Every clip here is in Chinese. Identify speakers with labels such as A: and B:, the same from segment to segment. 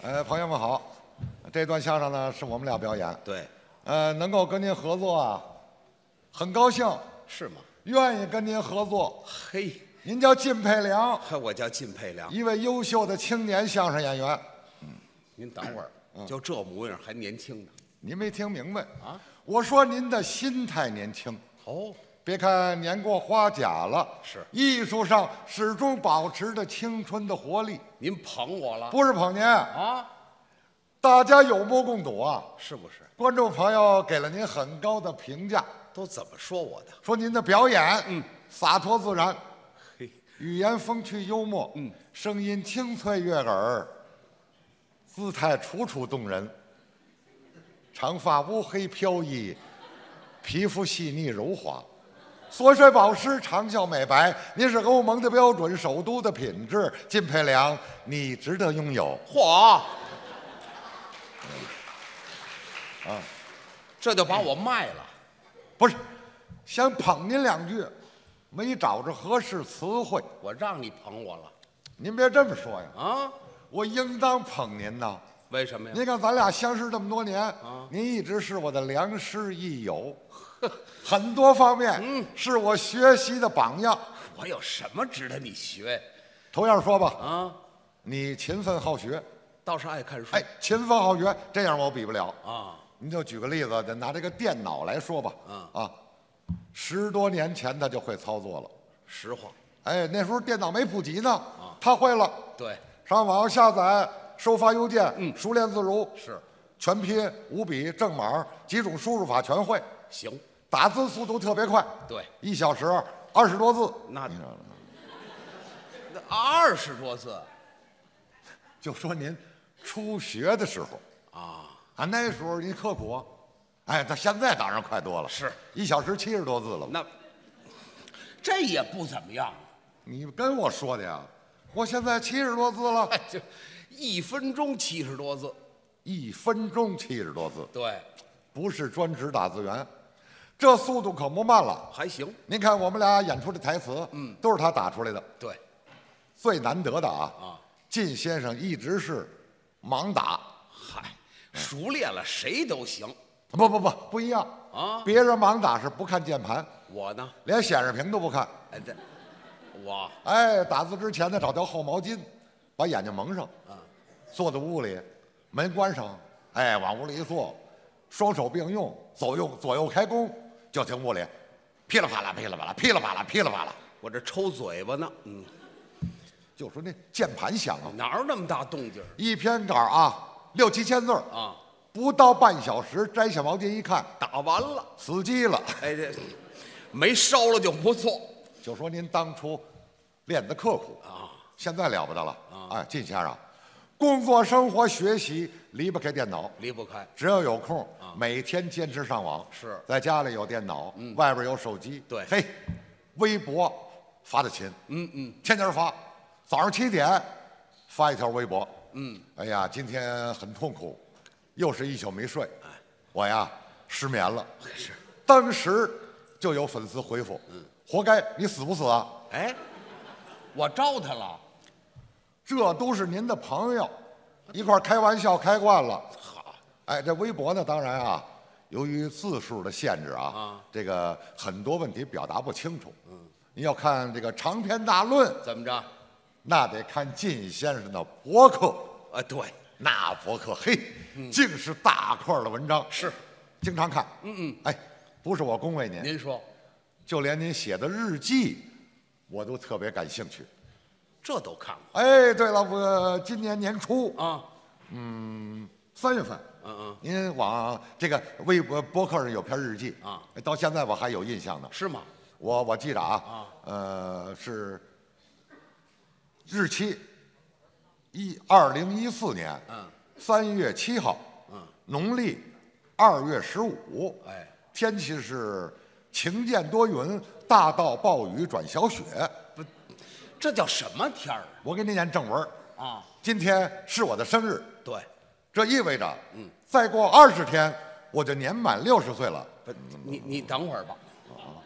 A: 呃，朋友们好，这段相声呢是我们俩表演，
B: 对，
A: 呃，能够跟您合作啊，很高兴，
B: 是吗？
A: 愿意跟您合作。
B: 嘿，
A: 您叫靳佩良，
B: 我叫靳佩良。
A: 一位优秀的青年相声演员。
B: 您等会儿，就这模样还年轻呢。
A: 您没听明白
B: 啊？
A: 我说您的心态年轻，
B: 哦，
A: 别看年过花甲了，
B: 是
A: 艺术上始终保持着青春的活力，
B: 您捧我了
A: 不是捧您，
B: 啊？
A: 大家有目共睹啊。
B: 是不是？
A: 观众朋友给了您很高的评价，
B: 都怎么说我的？
A: 说您的表演，嗯，洒脱自然，
B: 嘿，
A: 语言风趣幽默，嗯，声音清脆悦耳，姿态楚楚动人，长发乌黑飘逸，皮肤细腻柔滑，锁水保湿，长效美白，您是欧盟的标准，首都的品质，金培良，你值得拥有。
B: 嚯！嗯啊这就把我卖了。
A: 不是，想捧您两句，没找着合适词汇。
B: 我让你捧我了
A: 您别这么说呀，
B: 啊？
A: 我应当捧您呐。
B: 为什么呀？
A: 您看咱俩相识这么多年，您一直是我的良师益友，很多方面是我学习的榜样。
B: 我有什么值得你学
A: 同样说吧，
B: 啊？
A: 你勤奋好学，
B: 倒是爱看书。
A: 哎，勤奋好学，这样我比不了。
B: 啊，
A: 您就举个例子，得拿这个电脑来说吧，啊，十多年前他就会操作了，
B: 实话，
A: 哎，那时候电脑没普及呢，他会了，
B: 对，
A: 上网下载、收发邮件，熟练自如，
B: 是
A: 全拼、五笔、正码几种输入法全会，
B: 行，
A: 打字速度特别快，
B: 对，
A: 一小时二十多字，
B: 那
A: 你知道吗
B: 那二十多字
A: 就说您初学的时候
B: 啊，
A: 啊，那时候您刻苦啊，哎，到现在当然快多了，
B: 是
A: 一小时七十多字了。
B: 那这也不怎么样啊。
A: 你跟我说的呀，我现在七十多字了，
B: 哎， 就一分钟七十多字，
A: 一分钟七十多字，
B: 对，
A: 不是专职打字员，这速度可不慢了。
B: 还行，
A: 您看我们俩演出的台词，嗯，都是他打出来的，
B: 对，
A: 最难得的啊。
B: 啊，
A: 靳先生一直是盲打，
B: 嗨，熟练了谁都行
A: 不不不，不一样。
B: 啊。
A: 别人盲打是不看键盘，
B: 我呢，
A: 连显示屏都不看。
B: 哎，这我
A: 哎，打字之前呢，找条厚毛巾，把眼睛蒙上，坐在屋里，门关上，哎，往屋里一坐，双手并用，左右左右开弓，就听屋里噼里啪啦、噼里啪啦、噼里啪啦、噼里啪啦，
B: 我这抽嘴巴呢，嗯，
A: 就说那键盘响啊。
B: 哪有那么大动静儿
A: 一篇稿啊，六七千字儿，
B: 啊？
A: 不到半小时，摘下毛巾一看，
B: 打完了，
A: 死机了。
B: 哎，这没烧了就不错
A: 就说您当初练得刻苦，
B: 啊。
A: 现在了不得了。哎，靳先生，工作、生活、学习离不开电脑，
B: 离不开，
A: 只要有空，每天坚持上网。
B: 啊是嗯
A: 在家里有电脑，外边有手机。
B: 对
A: 嘿，微博发的勤，
B: 嗯嗯，
A: 天天发，早上七点发一条微博。嗯，哎呀，今天很痛苦，又是一宿没睡。我呀失眠了。
B: 哎是，嗯
A: 当时就有粉丝回复，活该，你死不死啊？
B: 哎，我招他了，
A: 这都是您的朋友，一块儿开玩笑开惯了。
B: 好，
A: 哎，这微博呢，当然啊，由于字数的限制啊，
B: 啊
A: 这个很多问题表达不清楚。嗯，你要看这个长篇大论，
B: 怎么着？啊，
A: 那得看靳先生的博客。
B: 呃对，
A: 那博客嘿，竟是大块儿的文章，
B: 是，
A: 经常看。嗯嗯，哎，不是我恭维您，
B: 您说
A: 就连您写的日记，我都特别感兴趣。
B: 这都看过
A: 哎，对了，我今年年初
B: 啊？
A: 三月份，
B: 嗯嗯，
A: 您往这个微博博客上有篇日记
B: 啊，
A: 到现在我还有印象呢。
B: 是吗？
A: 我我记着啊，呃，是日期一二零一四年
B: 嗯
A: 三月七号，
B: 嗯，
A: 农历二月十五，
B: 哎，
A: 天气是晴见多云，大到暴雨转小雪。
B: 这叫什么天儿
A: 我给您念正文儿，
B: 啊？啊，
A: 今天是我的生日，
B: 对，
A: 这意味着，
B: 嗯
A: 再过二十天我就年满六十岁了。
B: 不，你你等会儿吧。啊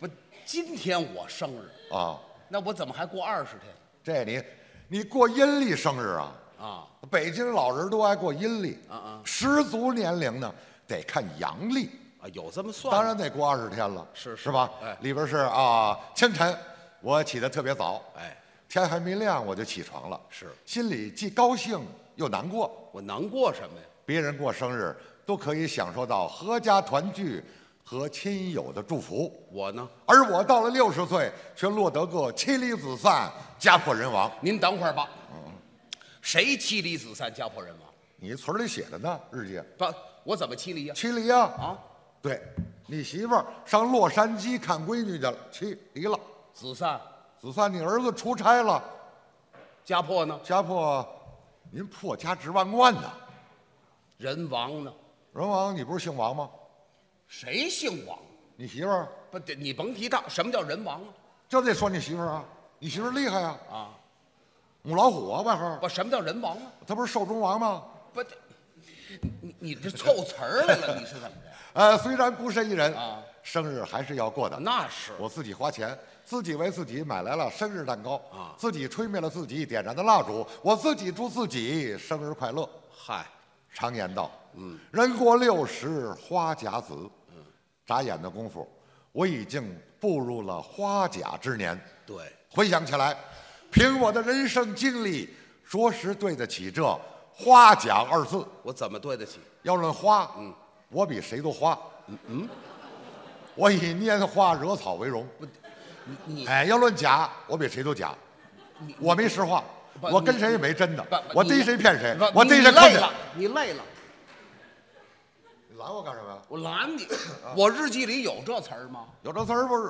B: 不，今天我生日，
A: 啊，
B: 那我怎么还过二十天？
A: 这你，你过阴历生日啊？
B: 啊，
A: 北京老人都爱过阴历，
B: 嗯嗯
A: 十足年龄呢得看阳历，
B: 啊，有这么算的？
A: 当然得过二十天了，
B: 是是
A: 是吧？
B: 哎
A: 里边是啊，清晨我起得特别早，
B: 哎，
A: 天还没亮我就起床了，
B: 是
A: 心里既高兴又难过，
B: 我难过什么呀？
A: 别人过生日都可以享受到阖家团聚和亲友的祝福，
B: 我呢？
A: 而我到了六十岁却落得个妻离子散、家破人亡。
B: 您等会儿吧。谁妻离子散、家破人亡？
A: 你村里写的呢，日记
B: 不，我怎么妻离呀？
A: 妻离呀、
B: 啊，
A: 对，你媳妇儿上洛杉矶看闺女去了，妻离了。
B: 子散、
A: 子散，你儿子出差了，
B: 家破呢？
A: 家破，您破家值万贯呐。
B: 人亡呢？
A: 人王，你不是姓王吗？
B: 谁姓王？
A: 你媳妇儿
B: 不，得你甭提他。什么叫人亡啊？
A: 就得说你媳妇儿啊，你媳妇儿厉害啊，
B: 啊，
A: 母老虎啊，外号，
B: 不，什么叫人亡啊？
A: 她不是寿终王吗？
B: 不，这你你这凑词儿来了，你是怎么的？
A: 呃，虽然孤身一人
B: 啊，
A: 生日还是要过的。
B: 那是
A: 我自己花钱，自己为自己买来了生日蛋糕
B: 啊
A: 自己吹灭了自己点燃的蜡烛，我自己祝自己生日快乐。
B: 嗨，
A: 常言道，嗯，人过六十花甲子，嗯，眨眼的功夫，我已经步入了花甲之年。
B: 对，
A: 回想起来，凭我的人生经历，着实对得起这“花甲”二字。
B: 我怎么对得起？
A: 要论花，嗯，我比谁都花，嗯嗯，我以拈花惹草为荣。
B: 你 你
A: 哎，要论假，我比谁都假，我没实话，
B: 不
A: 我跟
B: 你
A: 谁也没真的
B: 不，
A: 我
B: 你
A: 逮谁骗谁
B: 不，
A: 我
B: 你
A: 逮
B: 你
A: 谁坑
B: 累
A: 谁
B: 了。，你累了，
A: 你拦我干什么呀？
B: 我拦 你。我日记里有这词儿吗？
A: 有这词儿不是，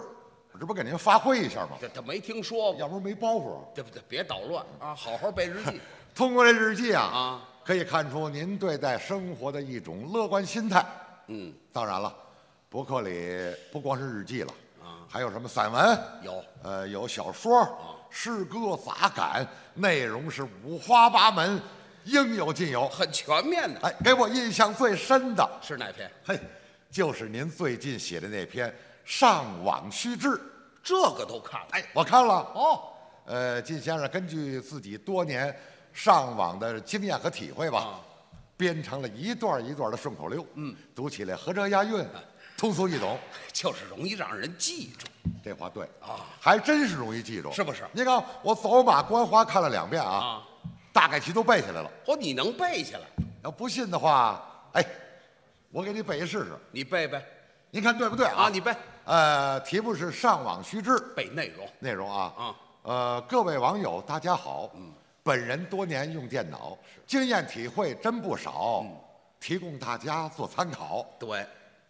A: 我这不给您发挥一下吗？
B: 这他没听说过。
A: 要不没包袱。啊
B: 这不这别捣乱啊！好好背日 记。
A: 通过这日记啊，
B: 啊
A: 可以看出您对待生活的一种乐观心态。
B: 嗯，
A: 当然了，博客里不光是日记了，
B: 啊
A: 还有什么散文，
B: 有啊
A: 呃，有小说、诗歌、杂感，内容是五花八门，应有尽有。
B: 很全面的，
A: 哎，给我印象最深的，
B: 是哪篇？
A: 嘿，就是您最近写的那篇《上网须知》，
B: 这个都看了。哎，
A: 我看了。
B: 哦，
A: 呃，靳先生根据自己多年上网的经验和体会吧，
B: 啊
A: 编成了一段一段的顺口溜，嗯，读起来合辙押韵，
B: 啊
A: 通俗易懂。
B: 就是容易让人记住。
A: 这话对
B: 啊，
A: 还真是容易记住，
B: 是不是
A: 你看我走马观花看了两遍啊，
B: 啊
A: 大概题都背下来了。
B: 哦，你能背下来？
A: 要不信的话，哎，我给你背一试试，
B: 你背背
A: 您看对不对啊？
B: 啊！你背
A: 呃，题目是上网须知。
B: 背内容。
A: 内容啊，嗯
B: 啊
A: 呃，各位网友大家好，本人多年用电脑，经验体会真不少，提供大家做参考。
B: 对，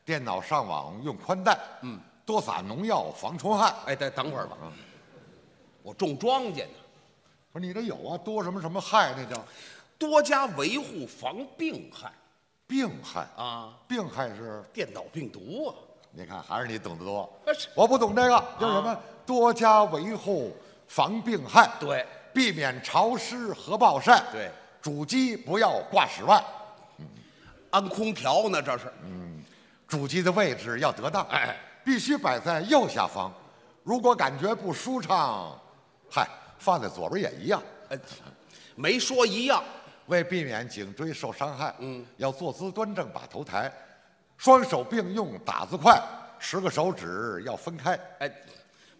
A: 电脑上网用宽带，嗯，多撒农药防虫害。
B: 哎，等等会儿吧。我种庄稼呢，
A: 不是你这有啊，多什么什么害，那叫
B: 多加维护防病害
A: 病害。
B: 啊，
A: 病害是，
B: 电脑病毒啊。
A: 你看还是你懂得多，
B: 哎是
A: 我不懂这个，就是什么多加维护防病害，
B: 对，
A: 避免潮湿和暴晒，
B: 对，
A: 主机不要挂室外。
B: 安空调呢，这是。
A: 主机的位置要得当，
B: 哎，
A: 必须摆在右下方。如果感觉不舒畅，嗨，放在左边也一样。
B: 哎，没说一样。
A: 为避免颈椎受伤害，嗯，要坐姿端正，把头抬，双手并用，打字快，十个手指要分开。
B: 哎，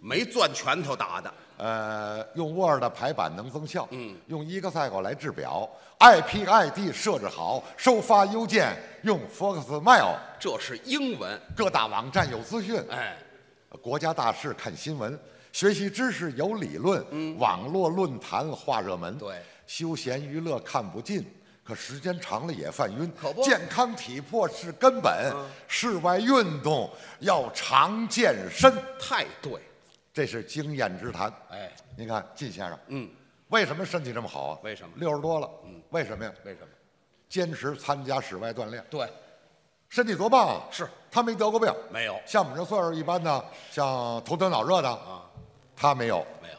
B: 没攥拳头打的。
A: 呃，用 Word 的排版能增效，嗯，用 Excel 来制表，IP、ID 设置好，收发邮件用 Foxmail，
B: 这是英文。
A: 各大网站有资讯，
B: 哎，
A: 国家大事看新闻，学习知识有理论，网络论坛话热门。
B: 嗯对
A: 休闲娱乐看不尽，可时间长了也犯晕。
B: 可不嗯
A: 健康体魄是根本，室外运动要常健身，
B: 哎太对。
A: 这是经验之谈。
B: 哎，
A: 您看靳先生，
B: 嗯，
A: 为什么身体这么好啊？
B: 为什么
A: 六十多了，嗯，为什么呀？
B: 为什么？
A: 坚持参加室外锻炼，
B: 对，
A: 身体多棒啊！
B: 是
A: 他没得过病，
B: 没有，
A: 像我们这岁数一般的，像头疼脑热的啊，他没有。
B: 没有，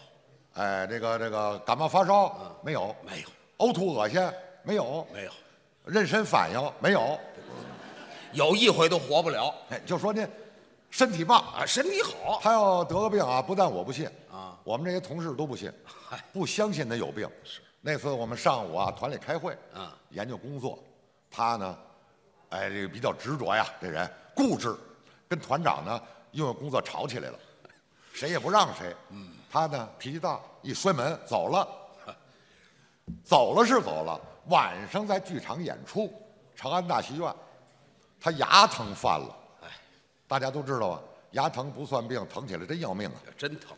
A: 哎，这个这个感冒发烧、
B: 嗯
A: 没有，
B: 没有，
A: 呕吐恶心没有，
B: 没有，
A: 妊娠反应没有，
B: 有一回都活不了
A: 哎，就说您身体棒。
B: 啊！身体好，
A: 他要得个病啊，不但我不信
B: 啊，
A: 我们这些同事都不信
B: 嗨，
A: 不相信他有病。
B: 是，
A: 那次我们上午啊，团里开会，
B: 啊
A: 研究工作，他呢，哎，这个比较执着呀，这人固执，跟团长呢因为工作吵起来了，谁也不让谁，嗯，他呢脾气大，一摔门走了，走了是走了，晚上在剧场演出，长安大戏院，他牙疼犯了，
B: 哎，
A: 大家都知道啊，牙疼不算病，疼起来真要命啊。
B: 真疼，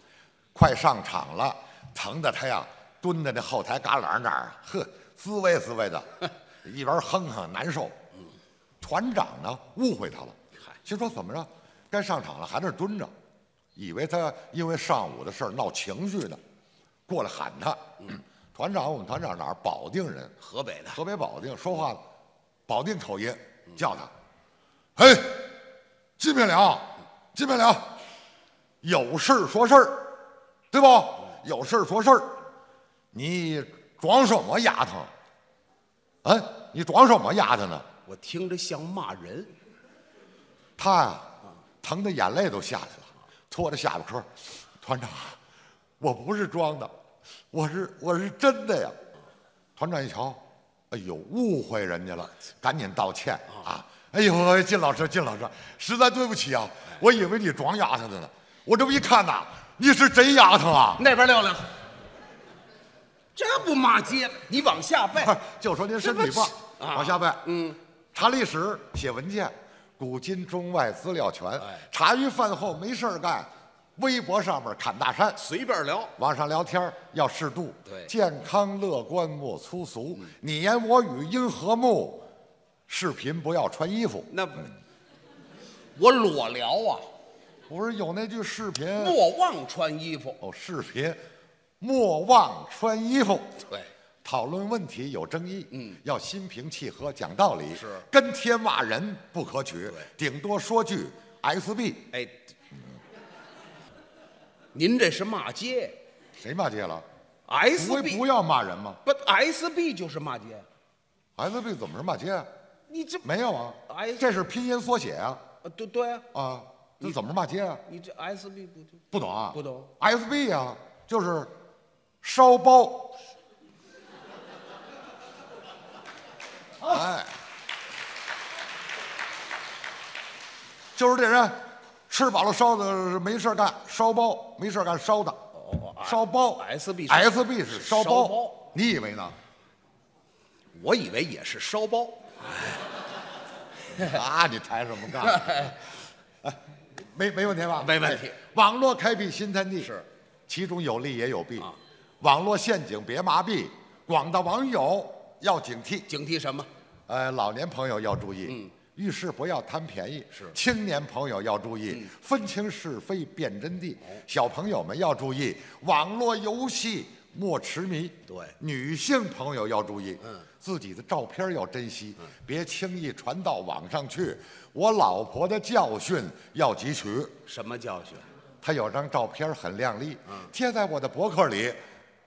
A: 快上场了，疼得他呀蹲在那后台旮旯那儿，呵，滋味滋味的，一边哼哼难受。团长呢误会他了
B: 嗨，
A: 心说怎么着，该上场了还在那儿蹲着，以为他因为上午的事儿闹情绪呢，过来喊他。团长，我们团长哪儿？保定人，
B: 河北的，
A: 河北保定，说话保定口音，叫他，嘿，进不了，进不了，有事儿说事儿，对不？有事儿说事儿，你装什么丫头？啊，你装什么丫头呢？
B: 我听着像骂人。
A: 他呀、疼得眼泪都下来了，搓着下巴说：“团长，我不是装的，我是我是真的呀。”团长一瞧，哎呦，误会人家了，赶紧道歉啊！哎呦，靳老师，靳老师，实在对不起啊，我以为你装丫头的呢，我这么一看呐、你是真丫头啊！
B: 那边溜溜，这不骂街，你往下背。
A: 不是 就说您身体不好，
B: 这不是啊
A: 往下拜。嗯，查历史、写文件，古今中外资料全。
B: 哎
A: 茶余饭后没事儿干，微博上面侃大山，
B: 随便聊，
A: 网上聊天儿要适度，
B: 对嗯
A: 健康乐观莫粗俗，你言我语因和睦，视频不要穿衣服。
B: 那不，我裸聊啊，
A: 不是有那句视频
B: 莫忘穿衣服。
A: 哦，视频，莫忘穿衣服。
B: 对，
A: 讨论问题有争议，嗯，要心平气和讲道理，
B: 是
A: 跟贴骂人不可取，顶多说句 SB，
B: 哎，您这是骂街
A: 谁骂街了？不
B: ，SB
A: 不要骂人吗
B: 不 SB 就是骂街，
A: ？SB 怎么是骂街啊？
B: 你这
A: 没有啊
B: 哎，
A: 这是拼音缩写啊
B: 呃对对啊，
A: 啊，这怎么是骂街啊？
B: 你这 SB 不就
A: 不懂啊？
B: 不懂。
A: SB 啊，就是烧包。
B: 哦
A: 哎，就是这人吃饱了烧的没事儿干，烧包没事儿干烧的，
B: 哦哦
A: 烧包。
B: SB 是
A: SB 是烧
B: 烧包
A: 你以为呢？
B: 我以为也是烧包，
A: 啊，你抬什么杠？哎， 没没问题吧？
B: 没问题
A: 哎网络开辟新天地
B: 是，
A: 其中有利也有弊
B: 啊。
A: 网络陷阱别麻痹，广大网友要警惕。
B: 警惕什么？
A: 呃，老年朋友要注意，遇事不要贪便宜，
B: 嗯是嗯
A: 青年朋友要注意，分清是非辨真
B: 哦
A: 谛，小朋友们要注意，网络游戏莫痴迷，
B: 对嗯
A: 女性朋友要注意，自己的照片要珍惜，别轻易传到网上去。我老婆的教训要汲取，
B: 什么教训？
A: 她有张照片很靓丽，
B: 嗯
A: 贴在我的博客里。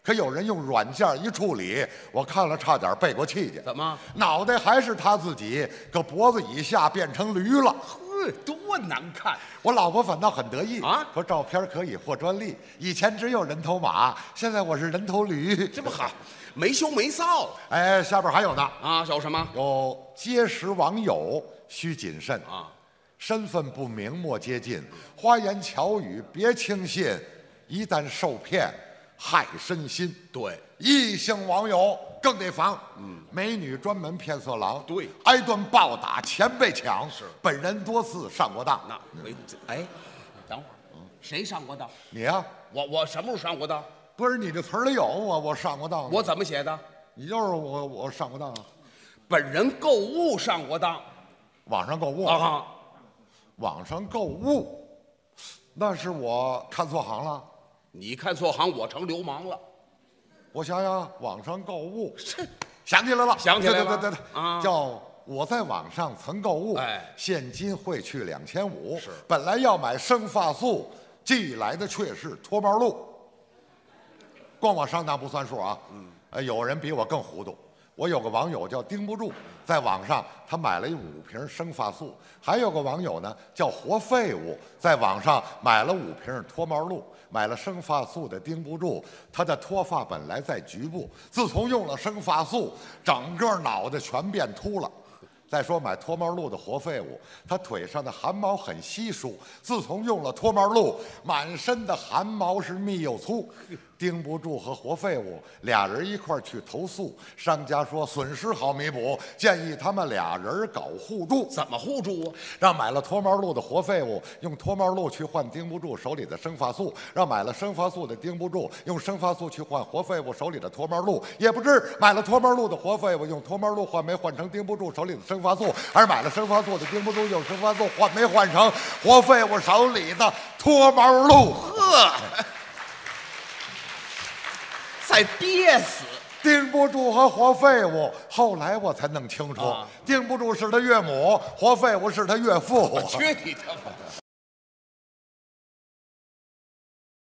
A: 可有人用软件一处理，我看了差点背过气去。
B: 怎么？
A: 脑袋还是他自己，可脖子以下变成驴了。
B: 呵，多难看！
A: 我老婆反倒很得意
B: 啊
A: 说照片可以获专利，以前只有人头马，现在我是人头驴。
B: 这不好， 没羞没臊
A: 哎，下边还有呢，
B: 啊！有什么
A: 有结识网友需谨慎，
B: 啊？
A: 身份不明莫接近，花言巧语别轻信，一旦受骗害身心。
B: 对，
A: 异性网友更得防。嗯，美女专门骗色狼，
B: 对
A: 挨顿暴打，钱被抢，
B: 是
A: 本人多次上过当。
B: 那没哎，等会儿，谁上过当？
A: 你呀、
B: 我我什么时候上过当？
A: 不是你这词儿里有我，我上过当。
B: 我怎么写的？
A: 你就是我，我上过当啊。
B: 本人购物上过当
A: 网上购物，
B: 啊？
A: 网上购物，那是我看错行了。
B: 你看错行，我成流氓了。
A: 我想想，网上购物，想起来了，
B: 想起来了
A: 对对对对对
B: 啊
A: 叫我在网上曾购物，
B: 哎
A: 现金汇去两千五，
B: 是
A: 本来要买生发素，寄来的却是脱毛露。光我上当不算数啊，嗯，呃，有人比我更糊涂。我有个网友叫盯不住，在网上他买了一五瓶生发素，还有个网友呢叫活废物，在网上买了五瓶脱毛露。买了生发素的盯不住，他的脱发本来在局部，自从用了生发素，整个脑袋全变秃了。再说买脱毛露的活废物，他腿上的汗毛很稀疏，自从用了脱毛露，满身的汗毛是密又粗。盯不住和活废物俩人一块儿去投诉，商家说损失好弥补，建议他们俩人搞互助。
B: 怎么互助啊？
A: 让买了脱毛露的活废物用脱毛露去换盯不住手里的生发素，让买了生发素的盯不住用生发素去换活废物手里的脱毛露，也不知买了脱毛露的活废物用脱毛露换没换成盯不住手里的生发素，而买了生发素的盯不住用生发素换没换成活废物手里的脱毛露，
B: 呵，再憋 死。
A: 盯不住和活废物。后来我才弄清楚
B: 啊，
A: 盯不住是他岳母，活废物是他岳父。
B: 去你的吧！